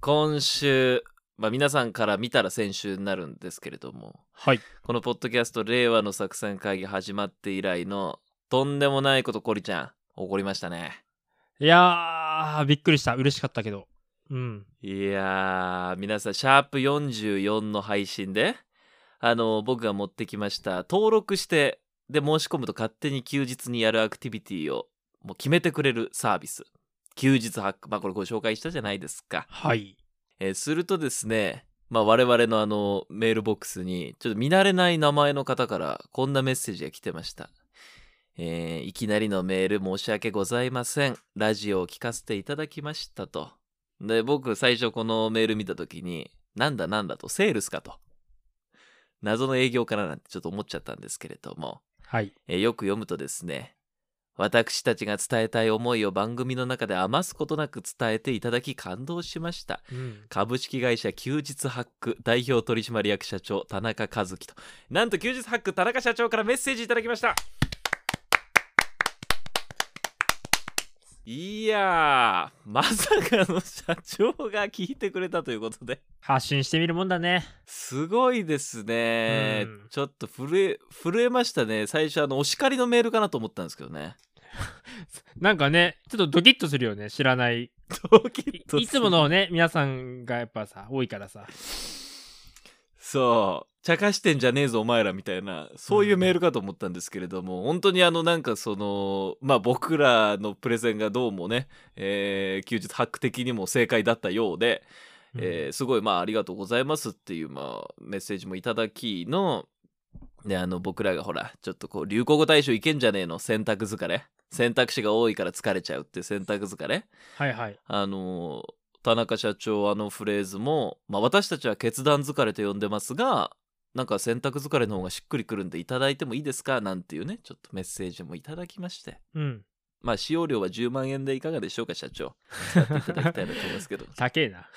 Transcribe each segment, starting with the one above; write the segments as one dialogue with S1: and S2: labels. S1: 今週、まあ、皆さんから見たら先週になるんですけれども、
S2: はい
S1: このポッドキャスト「令和の作戦会議」始まって以来のとんでもないことコリちゃん起こりましたね
S2: いやー、びっくりした。嬉しかったけど。うん。
S1: いやー皆さんシャープ44の配信であの僕が持ってきました登録してで申し込むと勝手に休日にやるアクティビティをもう決めてくれるサービス休日ハックまあこれご紹介したじゃないですか
S2: はい。
S1: えーするとですね、まあ、我々のあのメールボックスにちょっと見慣れない名前の方からこんなメッセージが来てました。えーいきなりのメール申し訳ございません。ラジオを聞かせていただきましたと。で、僕最初このメール見た時に、なんだなんだと、セールスかと。謎の営業かななんてちょっと思っちゃったんですけれども、
S2: はい。
S1: えーよく読むとですね私たちが伝えたい思いを番組の中で余すことなく伝えていただき感動しました
S2: うん。
S1: 株式会社休日ハック代表取締役社長田中和樹となんと休日ハック田中社長からメッセージいただきましたいやーまさかの社長が聞いてくれたということで
S2: 発信してみるもんだね。
S1: すごいですね、
S2: うん
S1: ちょっと震え震えましたね最初あのお叱りのメールかなと思ったんですけどね
S2: なんかね、ちょっとドキッとするよね。知らない。
S1: ドキッとする
S2: いつものね、皆さんがやっぱさ、多いからさ。
S1: そう茶化してんじゃねえぞお前らみたいなそういうメールかと思ったんですけれども、本当にあのなんかそのまあ僕らのプレゼンがどうもね、えー休日ハック的にも正解だったようで、えーすごいまあありがとうございますっていうまあメッセージもいただきのであの僕らがほらちょっとこう流行語大賞いけんじゃねえの選択疲れ選択肢が多いから疲れちゃうって選択疲れ
S2: はいはい。
S1: あの田中社長あのフレーズも、まあ、私たちは決断疲れと呼んでますがなんか選択疲れの方がしっくりくるんでいただいてもいいですかなんていうねちょっとメッセージもいただきまして
S2: うん。
S1: まあ使用料は10万円でいかがでしょうか社長使っていただきたいなと思いますけど
S2: 高えな。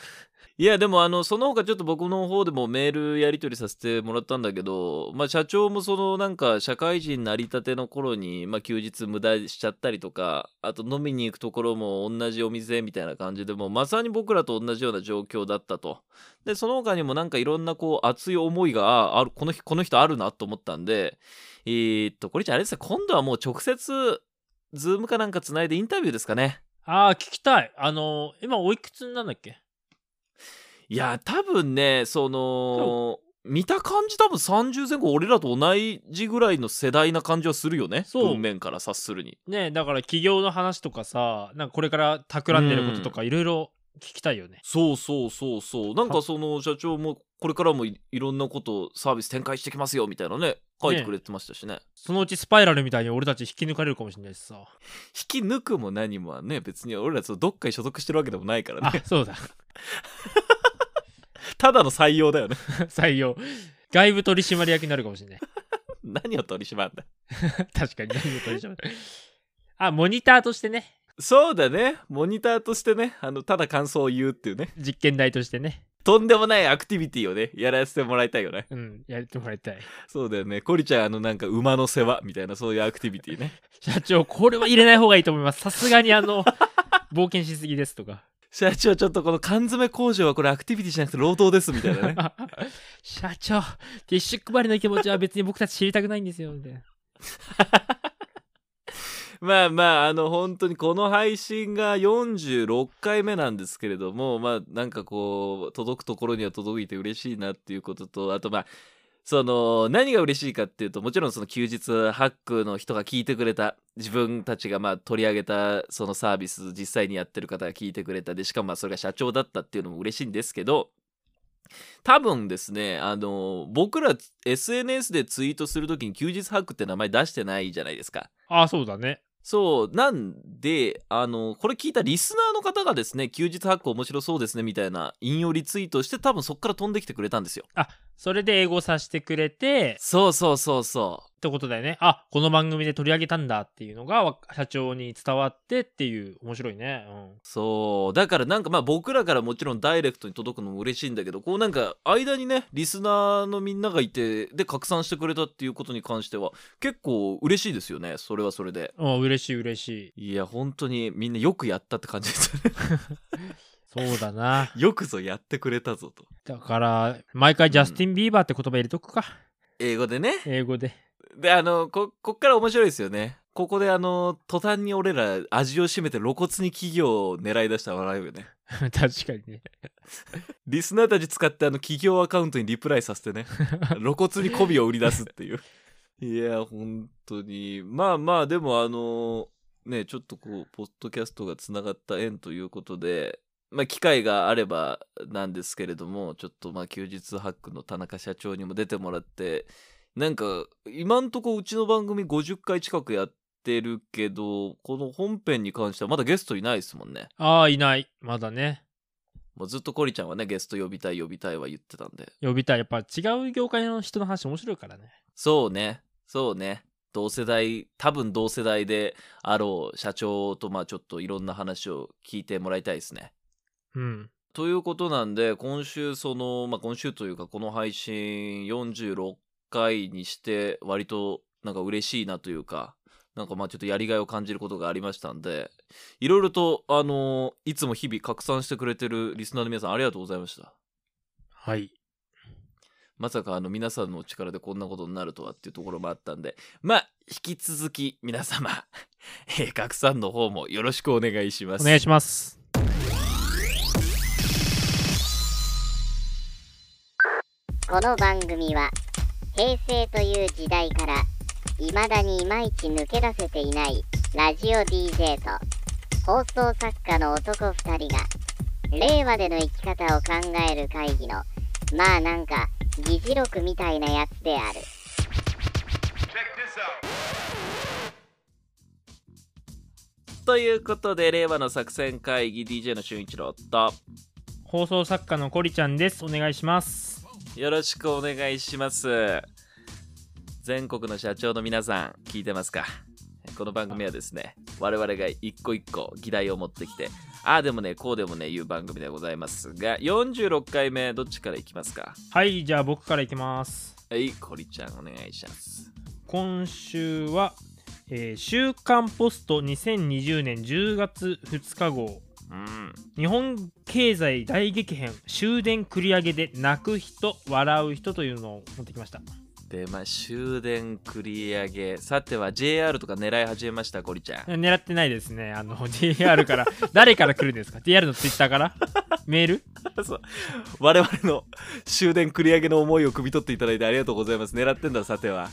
S1: いやでもあのその他ちょっと僕の方でもメールやり取りさせてもらったんだけど、まあ、社長もそのなんか社会人なりたての頃に、まあ、休日無駄しちゃったりとかあと飲みに行くところも同じお店みたいな感じでもうまさに僕らと同じような状況だったとでその他にもなんかいろんなこう熱い思いがああるこの日この人あるなと思ったんでえーっとこれじゃあれですね今度はもう直接ズームかなんかつないでインタビューですかね
S2: あー、聞きたい。あのー今おいくつなんだっけ
S1: いや多分ねその見た感じ多分30前後俺らと同じぐらいの世代な感じはするよね
S2: そう
S1: 文面から察するに
S2: ねだから企業の話とかさ、なんかこれから企んでることとかいろいろ聞きたいよね。
S1: そうそうそうそうなんかその社長もこれからもいいろんなことサービス展開してきますよみたいなね書いてくれてましたしね
S2: そのうちスパイラルみたいに俺たち引き抜かれるかもしれないし さ。
S1: 引き抜くも何もはね別に俺らそのどっかに所属してるわけでもないから
S2: あ
S1: ね、
S2: そうだ。
S1: ただの採用だよね
S2: 採用外部取締役になるかもしれない
S1: 何を取り締まんだ
S2: 確かに外部取締役あモニターとしてね
S1: そうだねモニターとしてねあのただ感想を言うっていうね
S2: 実験台としてね
S1: とんでもないアクティビティをねやらせてもらいたいよね
S2: うんやってもらいたい
S1: そうだよね。コリちゃん、あの、なんか、馬の世話みたいな、そういうアクティビティね。
S2: 社長これは入れない方がいいと思いますさすがにあ の冒険しすぎですとか
S1: 社長、ちょっとこの缶詰工場はこれアクティビティじゃなくて労働です、みたいなね。
S2: 社長ティッシュ配りの気持ちは別に僕たち知りたくないんですよみたいな
S1: まあまあ、あの、本当にこの配信が46回目なんですけれども、まあ、なんかこう、届くところには届いて嬉しいなっていうことと、あとまあ、その何が嬉しいかっていうともちろんその休日ハックの人が聞いてくれた自分たちがまあ取り上げたそのサービス実際にやってる方が聞いてくれたでしかもまあそれが社長だったっていうのも嬉しいんですけど多分ですねあの僕ら SNS でツイートするときに休日ハックって名前出してないじゃないですか。
S2: あそうだね
S1: そうなんであのこれ聞いたリスナーの方がですね休日ハック面白そうですねみたいな引用リツイートして多分そっから飛んできてくれたんですよ。
S2: それで英語させてくれて
S1: そうそうそうそう。
S2: ってことだよねあこの番組で取り上げたんだっていうのがわ社長に伝わってっていう面白いねうん
S1: そうだからなんかまあ僕らからもちろんダイレクトに届くのも嬉しいんだけどこうなんか間にねリスナーのみんながいてで拡散してくれたっていうことに関しては結構嬉しいですよねそれはそれで
S2: うん嬉しい嬉しい
S1: いや本当にみんなよくやったって感じですよね
S2: そそうだな。
S1: よくぞやってくれたぞと。
S2: だから、毎回ジャスティン・ビーバーって言葉入れとくか。
S1: 英語でね。
S2: 英語で。
S1: で、あの、こ、こっから面白いですよね。ここであの、途端に俺ら味を占めて露骨に企業を狙い出したら笑うよね。
S2: 確かにね。
S1: リスナーたち使ってあの企業アカウントにリプライさせてね露骨に媚びを売り出すっていういや本当にまあまあでもあのねちょっとこうポッドキャストがつながった縁ということでまあ機会があればなんですけれどもちょっとまあ休日ハックの田中社長にも出てもらってなんか今んとこうちの番組50回近くやってるけどこの本編に関してはまだゲストいないですもんね
S2: ああ、いない。まだね。
S1: もうずっとコリちゃんはねゲスト呼びたい呼びたいは言ってたんで
S2: 呼びたい。やっぱ違う業界の人の話面白いからね。
S1: そうね、そうね。同世代、多分同世代であろう社長と、まあちょっといろんな話を聞いてもらいたいですね。
S2: うん。
S1: ということなんで、今週その、まあ今週というかこの配信46回にして割となんか嬉しいなというか、なんかまあちょっとやりがいを感じることがありましたんで、いろいろとあのいつも日々拡散してくれてるリスナーの皆さんありがとうございました。
S2: はい。
S1: まさかあの皆さんのお力でこんなことになるとはっていうところもあったんで、まあ、引き続き皆様、 えー、拡散の方もよろしくお願いします。
S2: お願いします。
S3: この番組は平成という時代から未だにいまいち抜け出せていないラジオ DJ と放送作家の男2人が令和での生き方を考える会議のまあなんか議事録みたいなやつである。
S1: ということで、令和の作戦会議 DJ の俊一郎と、
S2: 放送作家のコリちゃんです。お願いします。
S1: よろしくお願いします。全国の社長の皆さん、聞いてますかこの番組はですね、我々が一個一個議題を持ってきて、ああでもね、こうでもね、いう番組でございますが、46回目、どっちからいきますか
S2: はい、じゃあ僕からいきます。
S1: はい、コリちゃんお願いします。
S2: 今週は、えー週刊ポスト2020年10月2日号。
S1: うん。
S2: 日本経済大激変終電繰り上げで泣く人笑う人というのを持ってきました
S1: で、まあ、終電繰り上げ。さては JR とか狙い始めました、ゴリちゃ ん。
S2: 狙ってないですねあの DR から誰から来るんですか DR のツイッターからメール
S1: そう我々の 終電繰り上げの思いを汲み取っていただいてありがとうございます。狙ってんだ、さては。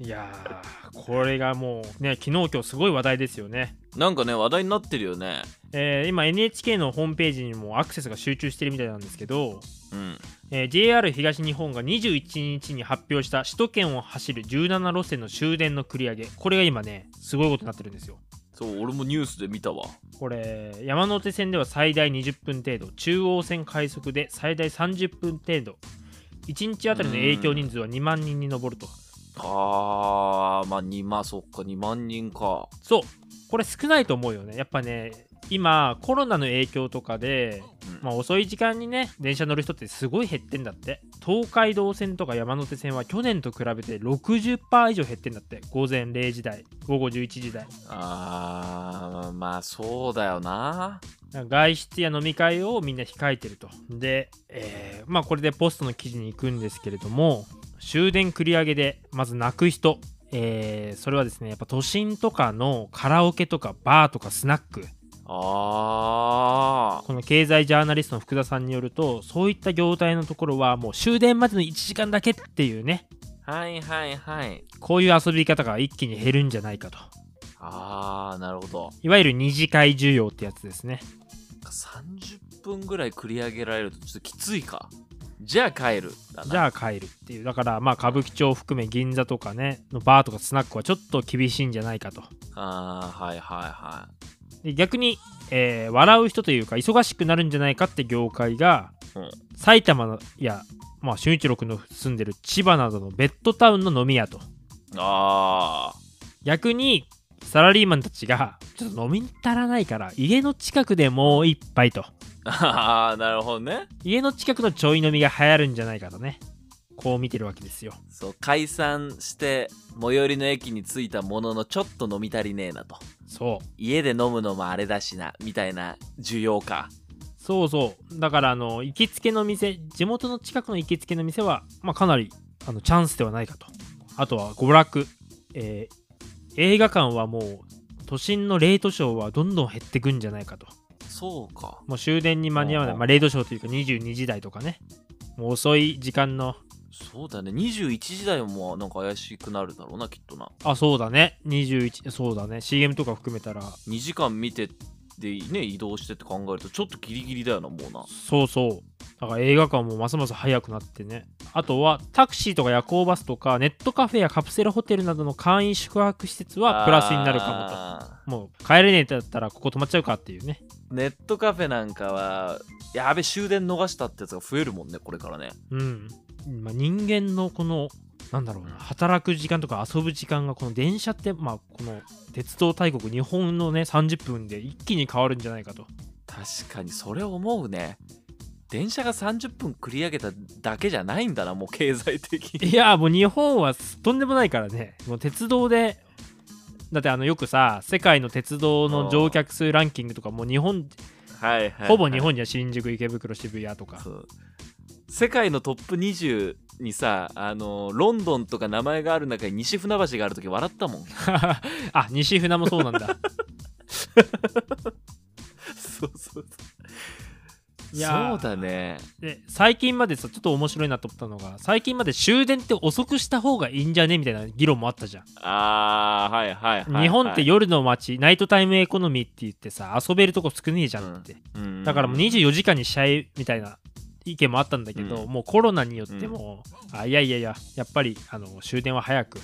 S2: いやーこれがもうね昨日今日すごい話題ですよね、
S1: なんかね、話題になってるよね。
S2: えー今 NHK のホームページにもアクセスが集中してるみたいなんですけど、
S1: うん。
S2: えー JR 東日本が21日に発表した首都圏を走る17路線の終電の繰り上げこれが今ねすごいことになってるんですよ
S1: そう、俺もニュースで見たわ。
S2: これ山手線では最大20分程度中央線快速で最大30分程度1日あたりの影響人数は2万人に上ると
S1: あー、まあ、2万、そっか、2万人か。
S2: そうこれ少ないと思うよねやっぱね今コロナの影響とかで、
S1: うん
S2: まあ、遅い時間にね電車乗る人ってすごい減ってんだって東海道線とか山手線は去年と比べて60%以上減ってんだって午前0時台午後11時台
S1: あー、まあ、そうだよな。
S2: 外出や飲み会をみんな控えてるとで、えーまあこれでポストの記事に行くんですけれども終電繰り上げでまず泣く人、えーそれはですねやっぱ都心とかのカラオケとかバーとかスナック
S1: あー。
S2: この経済ジャーナリストの福田さんによるとそういった業態のところはもう終電までの1時間だけっていうね
S1: はいはいはい。
S2: こういう遊び方が一気に減るんじゃないかと
S1: あー、なるほど。
S2: いわゆる二次会需要ってやつですね
S1: 30分ぐらい繰り上げられるとちょっときついかじゃあ帰るだな
S2: じゃあ帰るっていうだからまあ歌舞伎町を含め銀座とかねのバーとかスナックはちょっと厳しいんじゃないかと
S1: あーはいはいは
S2: で逆に、えー笑う人というか忙しくなるんじゃないかって業界が、
S1: うん
S2: 埼玉のいやまあ俊一郎君の住んでる千葉などのベッドタウンの飲み屋と
S1: いあ
S2: 逆にサラリーマンたちがちょっと飲みに足らないから家の近くでもう一杯と
S1: ーあーなるほどね
S2: 家の近くのちょい飲みが流行るんじゃないかとねこう見てるわけですよ
S1: そう解散して最寄りの駅に着いたもののちょっと飲み足りねえなと
S2: そう
S1: 家で飲むのもあれだしなみたいな需要か
S2: そうそうだからあの行きつけの店地元の近くの行きつけの店は、まあ、かなりあのチャンスではないかとあとは娯楽、えー映画館はもう都心のレートショーはどんどん減ってくんじゃないかと
S1: そうか
S2: もう終電に間に合わな
S1: う
S2: い、
S1: ん
S2: まあ、レートショーというか22時台とかねもう遅い時間の
S1: そうだね21時台もなんか怪しくなるだろうなきっとな
S2: あそうだね21そうだね CM とか含めたら
S1: 2時間見てでね移動してって考えるとちょっとギリギリだよなもうな
S2: そうそうだから映画館もますます早くなってねあとはタクシーとか夜行バスとかネットカフェやカプセルホテルなどの簡易宿泊施設はプラスになるか
S1: か
S2: もともう帰れねえだったらここ泊まっちゃうかっていうね
S1: もネットカフェなんかはやべ終電逃したってやつが増えるもんねこれからね
S2: うん、まあ、人間のこのなんだろうな働く時間とか遊ぶ時間がこの電車ってまあこの鉄道大国日本のね30分で一気に変わるんじゃないかと
S1: 確かにそれ思うね電車が30分繰り上げただけじゃないんだなもう経済的に
S2: いやもう日本はとんでもないからねもう鉄道でだってあのよくさ世界の鉄道の乗客数ランキングとかもう日本
S1: はいはい、
S2: ほぼ日本じゃん新宿池袋渋谷とか
S1: そう世界のトップ20にさあのロンドンとか名前がある中に西船橋がある時笑ったも ん
S2: あ西船もそうなんだ
S1: そうそうそう
S2: いやー
S1: そうだね
S2: で最近までさちょっと面白いなと思ったのが最近まで終電って遅くした方がいいんじゃねみたいな議論もあったじゃん、
S1: あーはいはいはい、はい、
S2: 日本って夜の街ナイトタイムエコノミーって言ってさ遊べるとこ少ねえじゃんって、
S1: うん
S2: だからもう24時間にしちゃえみたいな意見もあったんだけ
S1: う
S2: ど、
S1: ん
S2: もうコロナによっても、あいやいやいややっぱりあの終電は早く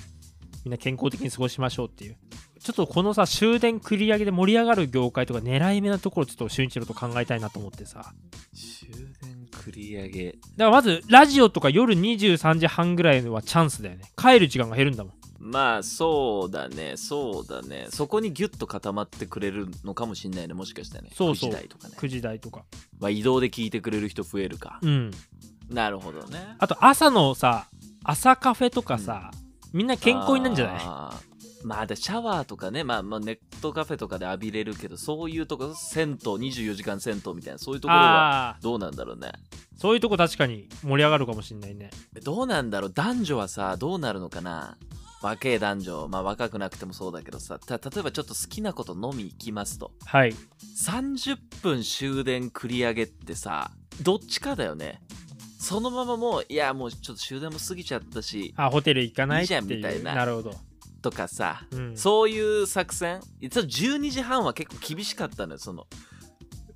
S2: みんな健康的に過ごしましょうっていうちょっとこのさ終電繰り上げで盛り上がる業界とか狙い目なところちょっと俊一郎と考えたいなと思ってさだか
S1: 終電繰り上げ
S2: らまずラジオとか夜23時半ぐらいのはチャンスだよね帰る時間が減るんだもん
S1: まあそうだねそうだねそこにギュッと固まってくれるのかもしんないねもしかしたらね
S2: そうそう
S1: 9時台とかね、
S2: 9時台とか
S1: まあ、移動で聞いてくれる人増えるか、
S2: うん
S1: なるほどね
S2: あと朝のさ朝カフェとかさ、みんな健康になるんじゃない
S1: あーまあでシャワーとかね、まあ、まあネットカフェとかで浴びれるけどそういうとこ銭湯24時間銭湯みたいなそういうところは
S2: あ
S1: どうなんだろうね
S2: ーそういうとこ確かに盛り上がるかもしんないね
S1: どうなんだろう男女はさどうなるのかな若え男女まあ若くなくてもそうだけどさた例えばちょっと好きなこと飲み行きますと
S2: はい
S1: 30分終電繰り上げってさどっちかだよねそのままもういやもうちょっと終電も過ぎちゃったし
S2: あホテル行かない
S1: いい
S2: って
S1: じゃ
S2: いうん
S1: みたいな
S2: なるほど、
S1: とかさ
S2: うん、
S1: そういう作戦実は12時半は結構厳しかったのよその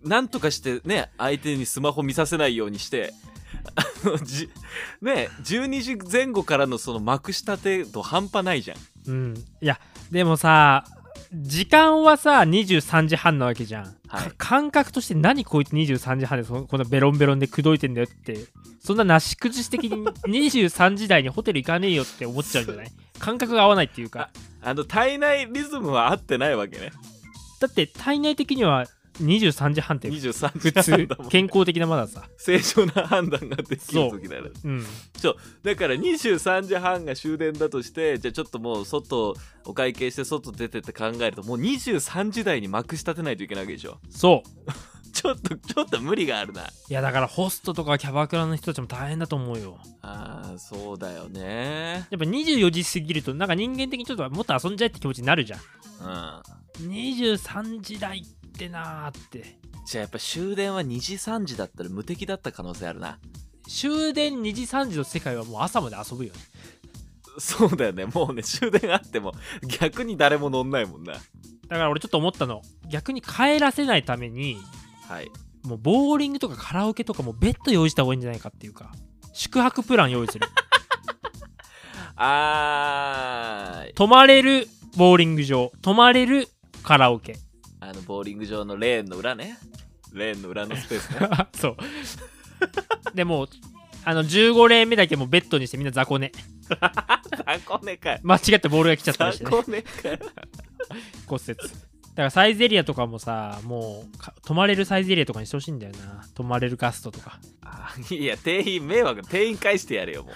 S1: なんとかしてね相手にスマホ見させないようにしてあのじね12時前後からのそのまくしたて度半端ないじゃん
S2: う、ん、いやでもさ時間はさ23時半なわけじゃん、
S1: はい
S2: か感覚として何こいつ23時半でそこんなベロンベロンで口説いてんだよってそんななし崩し的 に23時台にホテル行かねえよって思っちゃうんじゃない感覚が合わないっていうか
S1: あの体内リズムは合ってないわけね
S2: だって体内的には23時半って
S1: 23
S2: 普
S1: 時半
S2: 通
S1: だもん
S2: 健康的なまださ
S1: 正常な判断ができる時だよね
S2: うん
S1: だから23時半が終電だとしてじゃあちょっともう外お会計して外出てって考えるともう23時台にまくしたてないといけないわけでしょ
S2: そう
S1: ちょっとちょっと無理があるない
S2: やだからホストとかキャバクラの人たちも大変だと思うよ
S1: あーそうだよね
S2: やっぱ24時過ぎるとなんか人間的にちょっともっと遊んじゃえって気持ちになるじゃん
S1: うんじゃあ
S2: 23時台ってなーって
S1: やっぱ終電は2時3時だったら無敵だった可能性あるな
S2: 終電2時3時の世界はもう朝まで遊ぶよね
S1: そうだよねもうね終電あっても逆に誰も乗んないもんな
S2: だから俺ちょっと思ったの逆に帰らせないために
S1: はい
S2: もうボーリングとかカラオケとかもベッド用意した方がいいんじゃないかっていうか宿泊プラン用意する
S1: あー
S2: 泊まれるボーリング場泊まれるカラオケ
S1: あのボーリング場のレーンの裏ねレーンの裏のスペース ね
S2: そうでもうあの15例目だけもうベッドにしてみんな雑魚寝
S1: 雑魚寝かよ
S2: 間違ってボールが来ちゃったりして、
S1: 雑
S2: ね、
S1: 魚寝かよ
S2: 骨折だからサイゼリアとかもさもうか泊まれるサイゼリアとかにしてほしいんだよな泊まれるガストとか
S1: あー いや店員迷惑店員返してやれよも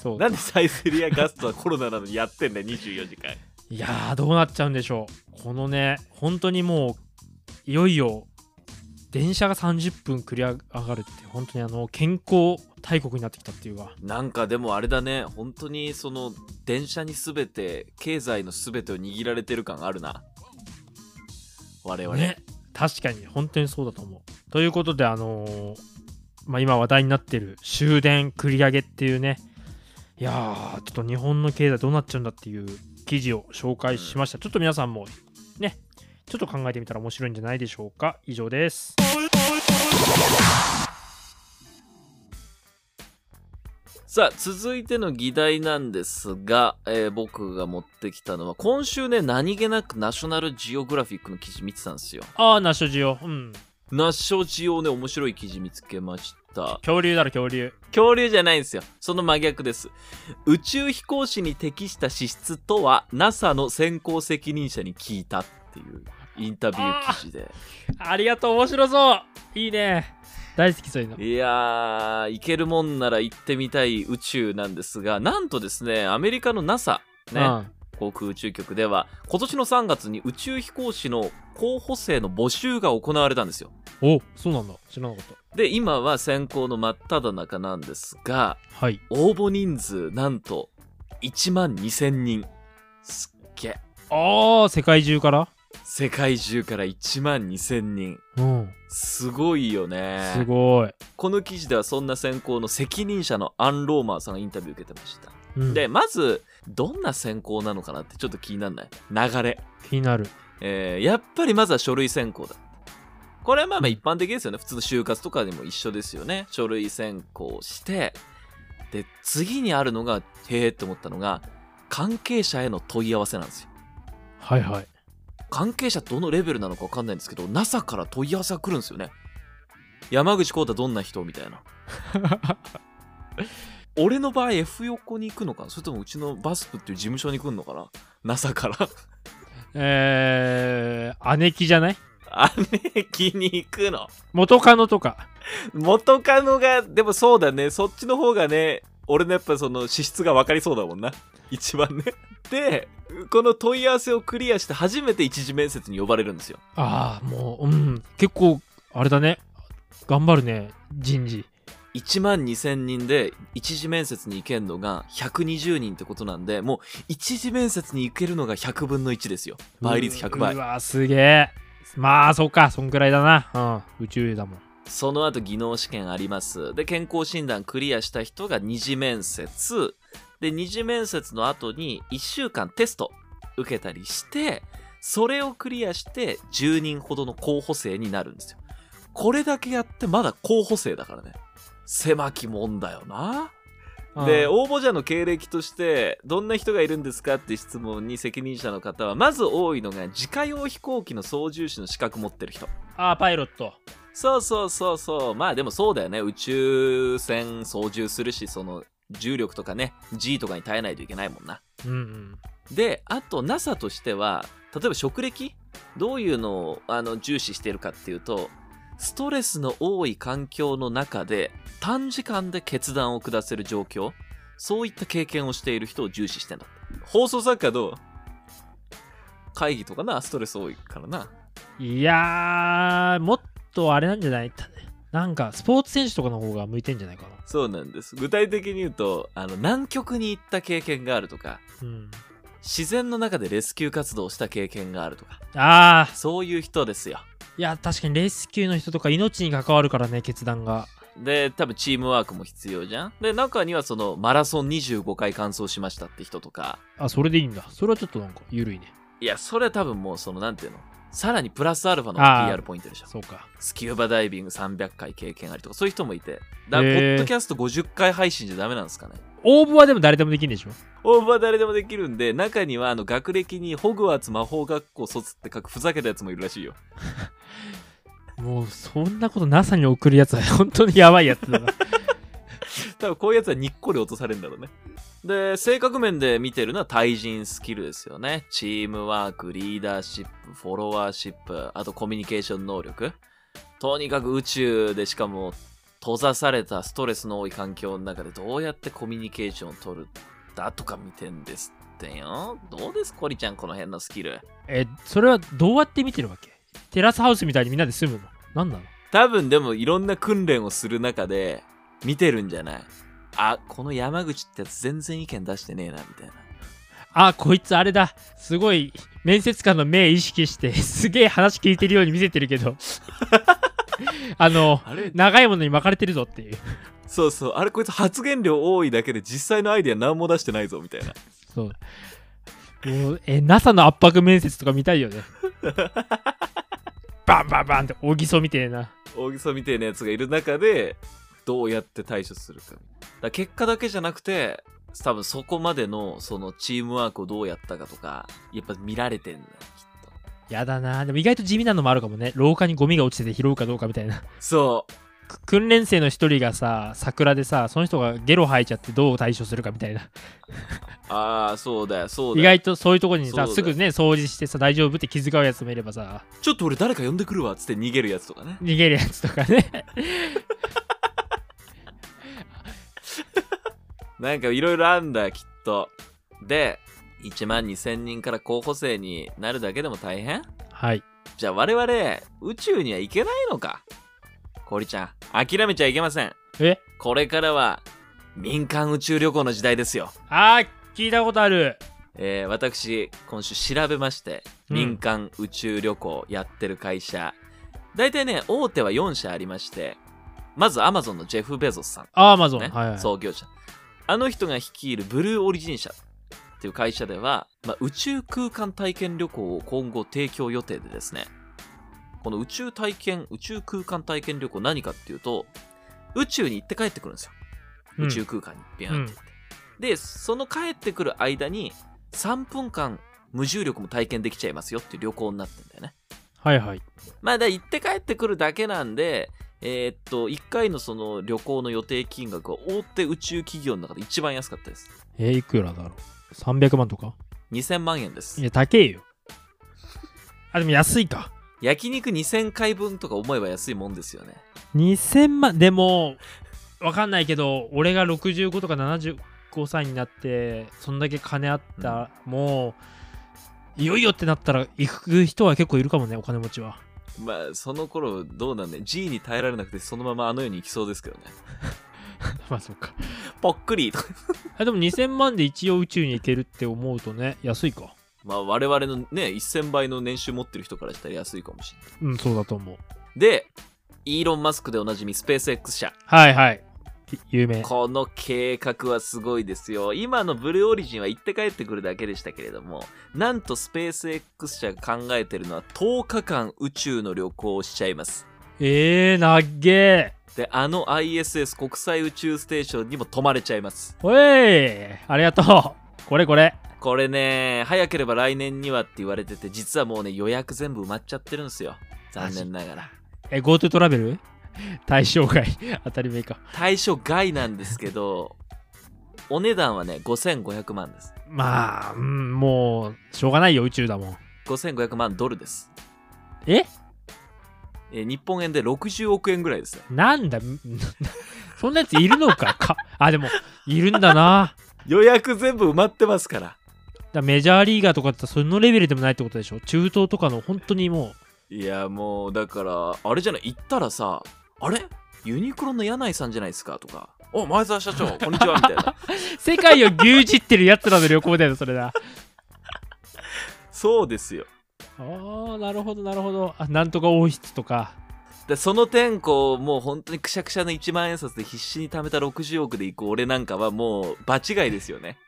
S2: そう
S1: うなんでサイゼリアガストはコロナなのにやってん だよ24時間
S2: いやーどうなっちゃうんでしょうこのね本当にもういよいよ電車が30分繰り上がるって本当にあの健康大国になってきたっていうか
S1: なんかでもあれだね本当にその電車に全て経済の全てを握られてる感あるな我々、
S2: ね確かに本当にそうだと思うということであのーまあ、今話題になってる終電繰り上げっていうねいやーちょっと日本の経済どうなっちゃうんだっていう記事を紹介しました、ちょっと皆さんもねちょっと考えてみたら面白いんじゃないでしょうか以上です
S1: さあ続いての議題なんですが、えー僕が持ってきたのは今週ね何気なくナショナルジオグラフィックの記事見てたんですよ
S2: ああナショジオうん
S1: ナショジオね面白い記事見つけました
S2: 恐竜だろ恐竜
S1: 恐竜じゃないんですよその真逆です宇宙飛行士に適した資質とは NASA の選考責任者に聞いたっていうインタビュー記事 で
S2: ありがとう面白そういいね大好きそういうの
S1: いやー、行けるもんなら行ってみたい宇宙なんですが、なんとですね、アメリカの NASA、ね
S2: うん
S1: 航空宇宙局では、今年の3月に宇宙飛行士の候補生の募集が行われたんですよ。
S2: おそうなんだ知らなかっ
S1: で、今は選考の真っ只中なんですが、
S2: たはい
S1: 応募人数なんと1万2000人。すっげえ。
S2: ああ世界中から
S1: 世界中から1万2000人。
S2: うん
S1: すごいよね。
S2: すごい、
S1: この記事ではそんな選考の責任者のアン・ローマーさんがインタビュー受けてました。
S2: うん、
S1: でまずどんな選考なのかなってちょっと気になんない流れ、
S2: 気になる
S1: えーやっぱりまずは書類選考だこれはまあまあ一般的ですよね普通の就活とかでも一緒ですよね書類選考してで次にあるのがへえって思ったのが関係者への問い合わせなんですよ
S2: はいはい
S1: 関係者どのレベルなのか分かんないんですけど NASA から問い合わせが来るんですよね山口浩太どんな人みたいな俺の場合 F 横に行くのかなそれともうちのバスプっていう事務所に来るのかな NASA から
S2: えー、姉貴じゃない
S1: 姉貴に行くの
S2: 元カノとか
S1: 元カノがでもそうだねそっちの方がね俺のやっぱその資質が分かりそうだもんな一番ねでこの問い合わせをクリアして初めて一次面接に呼ばれるんですよ
S2: ああもううん結構あれだね頑張るね人事
S1: 1万2000人で一次面接に行けるのが120人ってことなんでもう一次面接に行けるのが100分の1ですよ倍率100
S2: う
S1: 倍
S2: うわすげえまあそうかそんくらいだなうん宇宙だもん
S1: その後技能試験ありますで健康診断クリアした人が二次面接で二次面接の後に1週間テスト受けたりしてそれをクリアして10人ほどの候補生になるんですよこれだけやってまだ候補生だからね狭きもんだよなで
S2: うん
S1: 応募者の経歴としてどんな人がいるんですかって質問に責任者の方はまず多いのが自家用飛行機の操縦士の資格持ってる人
S2: ああパイロット
S1: そうそうそうそうまあでもそうだよね宇宙船操縦するしその重力とかね G とかに耐えないといけないもんな
S2: うんうん
S1: であと NASA としては例えば職歴どういうのをあの重視してるかっていうとストレスの多い環境の中で短時間で決断を下せる状況そういった経験をしている人を重視してんだって放送作家どう会議とかなストレス多いからない
S2: やーもっとあれなんじゃないなんかスポーツ選手とかの方が向いてんじゃないかな
S1: そうなんです具体的に言うとあの南極に行った経験があるとか
S2: うん
S1: 自然の中でレスキュー活動をした経験があるとか
S2: ああ
S1: そういう人ですよ
S2: いや確かにレスキューの人とか命に関わるからね決断が
S1: で多分チームワークも必要じゃんで中にはそのマラソン25回完走しましたって人とか
S2: あそれでいいんだそれはちょっとなんか緩いね
S1: いやそれは多分もうそのなんていうのさらにプラスアルファの
S2: あー
S1: PR ポイントでしょ
S2: そうか
S1: スキューバダイビング300回経験ありとかそういう人もいてだからポ
S2: へー
S1: ッドキャスト50回配信じゃダメなんですかね
S2: 応募はでも誰でもできるんでしょ
S1: 応募は誰でもできるんで中にはあの学歴にホグワーツ魔法学校卒って書くふざけたやつもいるらしいよ
S2: もうそんなこと NASA に送るやつは 本当にやばいやつ だな
S1: 多分こういうやつはにっこり落とされるんだろうねで性格面で見てるのは対人スキルですよねチームワークリーダーシップフォロワーシップあとコミュニケーション能力とにかく宇宙でしかも閉ざされたストレスの多い環境の中でどうやってコミュニケーションを取るだとか見てんですってよどうですコリちゃんこの辺のスキル
S2: えそれはどうやって見てるわけテラスハウスみたいにみんなで住むのなんなの
S1: 多分でもいろんな訓練をする中で見てるんじゃないあこの山口ってやつ全然意見出してねえなみたいな
S2: あこいつあれだすごい面接官の目意識してすげえ話聞いてるように見せてるけ どあの
S1: あれ
S2: 長いものに巻かれてるぞっていう
S1: そうそうあれこいつ発言量多いだけで実際のアイデア何も出してないぞみたいな
S2: そうもうえ NASA の圧迫面接とか見たいよねバンバンバンって大ぎそみてえな
S1: 大げさみたいなやつがいる中でどうやって対処するかだから結果だけじゃなくて多分そこまでのそのチームワークをどうやったかとかやっぱ見られてんだよきっ
S2: やだなでも意外と地味なのもあるかもね廊下にゴミが落ちてて拾うかどうかみたいな
S1: とそう
S2: く訓練生の一人がさ桜でさその人がゲロ吐いちゃってどう対処するかみたいな
S1: ああそうだよそうだ
S2: 意
S1: よ
S2: 外とそういうとこに
S1: そうだ
S2: さ
S1: よ
S2: すぐね掃除してさ大丈夫って気遣うやつもいればさ
S1: ちょっと俺誰か呼んでくるわっつって逃げるやつとかね
S2: 逃げるやつと かね
S1: なんかいろいろあんだよきっとで1万2000人から候補生になるだけでも大変
S2: はい
S1: じゃあ我々宇宙には行けないのか氷ちゃん諦めちゃいけません
S2: え
S1: これからは民間宇宙旅行の時代ですよ。
S2: あー聞いたことある
S1: えー私、今週調べまして、
S2: うん
S1: 民間宇宙旅行やってる会社、大体ね、大手は4社ありまして、まずアマゾンのジェフ・ベゾスさん、
S2: アマゾン、
S1: ね
S2: はい、はい、
S1: 創業者。あの人が率いるブルーオリジン社っていう会社では、まあ、宇宙空間体験旅行を今後提供予定でですね、この宇宙体験、宇宙空間体験旅行何かっていうと、宇宙に行って帰ってくるんですよ。
S2: うん
S1: 宇宙空間にビューンって行って、でその帰ってくる間に3分間無重力も体験できちゃいますよっていう旅行になってんだよね
S2: はいはい
S1: まあだから行って帰ってくるだけなんでえーっと1回のその旅行の予定金額は大手宇宙企業の中で一番安かったです
S2: えいくらだろう300万とか
S1: 2000万円です
S2: いや高えよあでも安いか
S1: 焼肉2000回分とか思えば安いもんですよね
S2: 2000万でもわかんないけど俺が65とか75歳になってそんだけ金あった、もういよいよってなったら行く人は結構いるかもねお金持ちは
S1: まあその頃どうなんね G に耐えられなくてそのままあの世に行きそうですけどね
S2: まあそうか
S1: ぽっくり とか
S2: あでも2000万で一応宇宙に行けるって思うとね安いか
S1: まあ我々のね1000倍の年収持ってる人からしたら安いかもしれない
S2: うんそうだと思う
S1: で、イーロン・マスクでおなじみスペース X 社。
S2: はいはい有名
S1: この計画はすごいですよ。今のブルーオリジンは行って帰ってくるだけでしたけれども、なんとスペース X 社が考えてるのは10日間宇宙の旅行をしちゃいます。
S2: えー、なっげ
S1: で、あの ISS 国際宇宙ステーションにも泊まれちゃいます。
S2: ーおいありがとうこれこれ
S1: これね、早ければ来年にはって言われてて、実はもうね、予約全部埋まっちゃってるんですよ。残念ながら。
S2: え GoTo トラベル 対象外当たり前か
S1: 対象外なんですけど、お値段はね、5500万です。
S2: まあ、うん、もうしょうがないよ宇宙だもん
S1: 5500万ドルです。
S2: え
S1: えー日本円で60億円ぐらいですね。
S2: なんだ そんなやついる のかかあでもいるんだな
S1: 予約全部埋まってますから。
S2: だからメジャーリーガーとかってそのレベルでもないってことでしょ中東とかの本当にも
S1: いや、もう、だから、あれじゃない、行ったらさ、あれユニクロの柳井さんじゃないですかとか、お、前澤社長、こんにちは、みたいな。
S2: う世界を牛耳ってるやつらの旅行だよそれだ
S1: そうですよ。
S2: あーなるほどなるほどあなんとか王室とか
S1: で、その点、こう、もう本当にくしゃくしゃの1万円札で必死に貯めた60億で行く俺なんかは、もう、場違いですよね。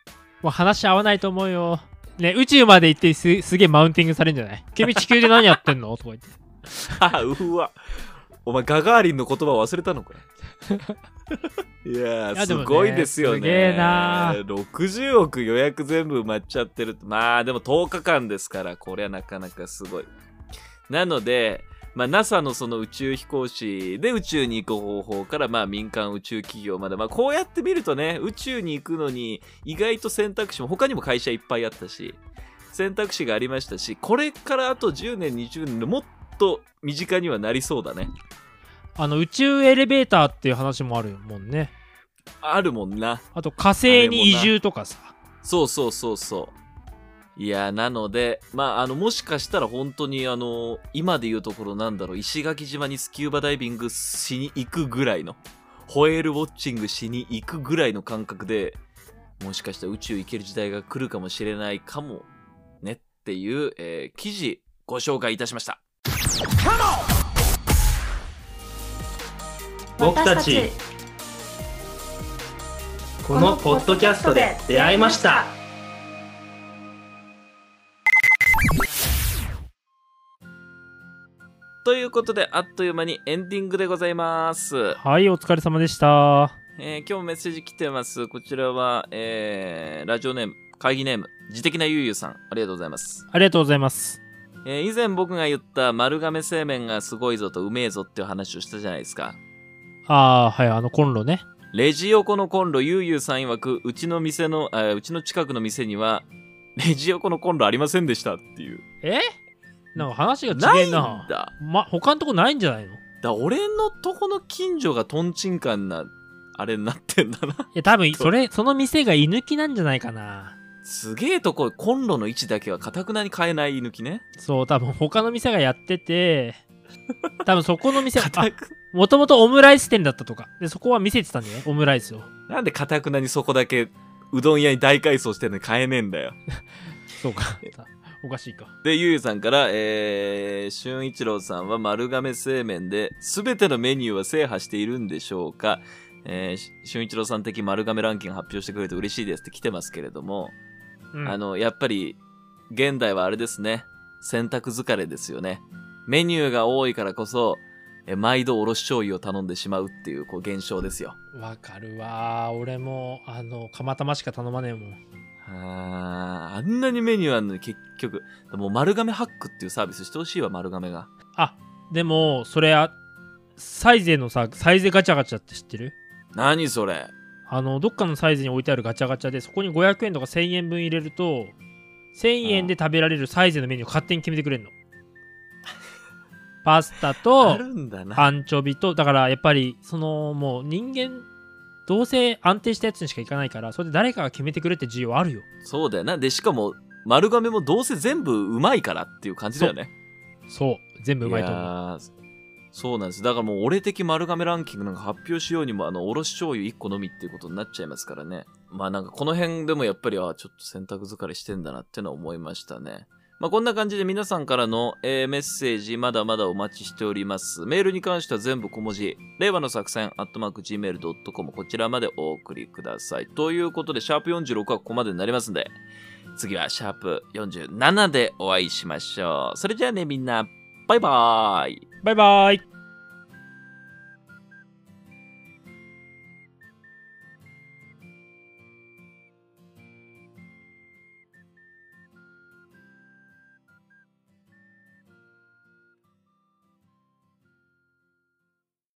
S2: もう話合わないと思うよね宇宙まで行ってすすげえマウンティングされるんじゃない君地球で何やってんのとか言って
S1: あ うわお前ガガーリンの言葉を忘れた のかいやー
S2: いやですもね
S1: ごいですよね
S2: すげえな
S1: 60億予約全部埋まっちゃってるまあでも10日間ですからこれはなかなかすごいなので、まあ、NASA のその宇宙飛行士で宇宙に行く方法から、まあ、民間宇宙企業まで、まあ、こうやって見るとね宇宙に行くのに意外と選択肢も他にも会社いっぱいあったし選択肢がありましたしこれからあと10年20年でもっと身近にはなりそうだね
S2: あの宇宙エレベーターっていう話もあるもんね
S1: あるもんな
S2: あと火星に移住とかさ
S1: そうそうそうそういやなのでまああのもしかしたら本当にあの今でいうところなんだろう石垣島にスキューバダイビングしに行くぐらいのホエールウォッチングしに行くぐらいの感覚でもしかしたら宇宙行ける時代が来るかもしれないかもねっていう、えー記事ご紹介いたしました
S4: 僕たちこのポッドキャストで出会いました
S1: ということであっという間にエンディングでございます
S2: はいお疲れ様でした
S1: えー今日もメッセージ来てます。こちらは、えーラジオネーム、会議ネーム、自的なゆうゆうさん、ありがとうございます。
S2: ありがとうございます
S1: えー以前僕が言った丸亀製麺がすごいぞとうめえぞっていう話をしたじゃないですか。
S2: ああはいあのコンロね
S1: レジ横のコンロ、ゆうゆうさん曰く、うちの店の、あーうちの近くの店には、レジ横のコンロありませんでしたっていう。
S2: えなんか話が
S1: な
S2: 違え
S1: いん
S2: な
S1: だ。だ
S2: ま他のとこないんじゃないのい
S1: 俺のとこの近所がとんちんかんな、あれになってんだな。
S2: や多分それその店が居抜きなんじゃないかな
S1: すげえとこ、コンロの位置だけはかたくなに変えない抜きね。
S2: そう多分他の店がやってて多分そこ の店
S1: かたく
S2: もともとオムライス店だったとかでそこは見せてたんだよねオムライスを
S1: なんでかたくなにそこだけうどん屋に大改装してんのに買えねえんだよ。
S2: そうか おかしいか
S1: で、ゆうゆうさんから、えー、俊一郎さんは丸亀製麺で全てのメニューは制覇しているんでしょうかえー、し俊一郎さん的丸亀ランキング発表してくれて嬉しいですって来てますけれども、
S2: うん
S1: あの、やっぱり、現代はあれですね。選択疲れですよね。メニューが多いからこそ、えー毎度おろし醤油を頼んでしまうっていう、こう、現象ですよ。
S2: わかるわ俺もあの釜玉しか頼まねえもん
S1: あーあんなにメニューあるのに結局、でも丸亀ハックっていうサービスしてほしいわ、丸亀が。
S2: あでもそれあサイゼのさサイゼガチャガチャって知ってる
S1: 何それ
S2: あのどっかのサイズに置いてあるガチャガチャでそこに500円とか1000円分入れると1000円で食べられるサイズのメニューを勝手に決めてく れるのパスタ
S1: あ
S2: と
S1: るんだな。
S2: アンチョビとだからやっぱりそのもう人間どうせ安定したやつにしかいかないからそれで誰かが決めてくれって需要あるよ
S1: そうだよな。で、しかも、丸亀もどうせ全部うまいからっていう感じだよね。
S2: そう全部うまいと思う
S1: やーそうなんです。だからもう俺的丸亀ランキングなんか発表しようにも、あの、おろし醤油1個のみっていうことになっちゃいますからね。まあなんかこの辺でもやっぱり、あーちょっと選択疲れしてんだなってのは思いましたね。まあこんな感じで皆さんからの、えーメッセージまだまだお待ちしております。メールに関しては全部小文字、令和の作戦、アットマーク gmail.com こちらまでお送りください。ということで、シャープ46はここまでになりますんで、次はシャープ47でお会いしましょう。それじゃあねみんな、バイバーイ
S2: バイバイ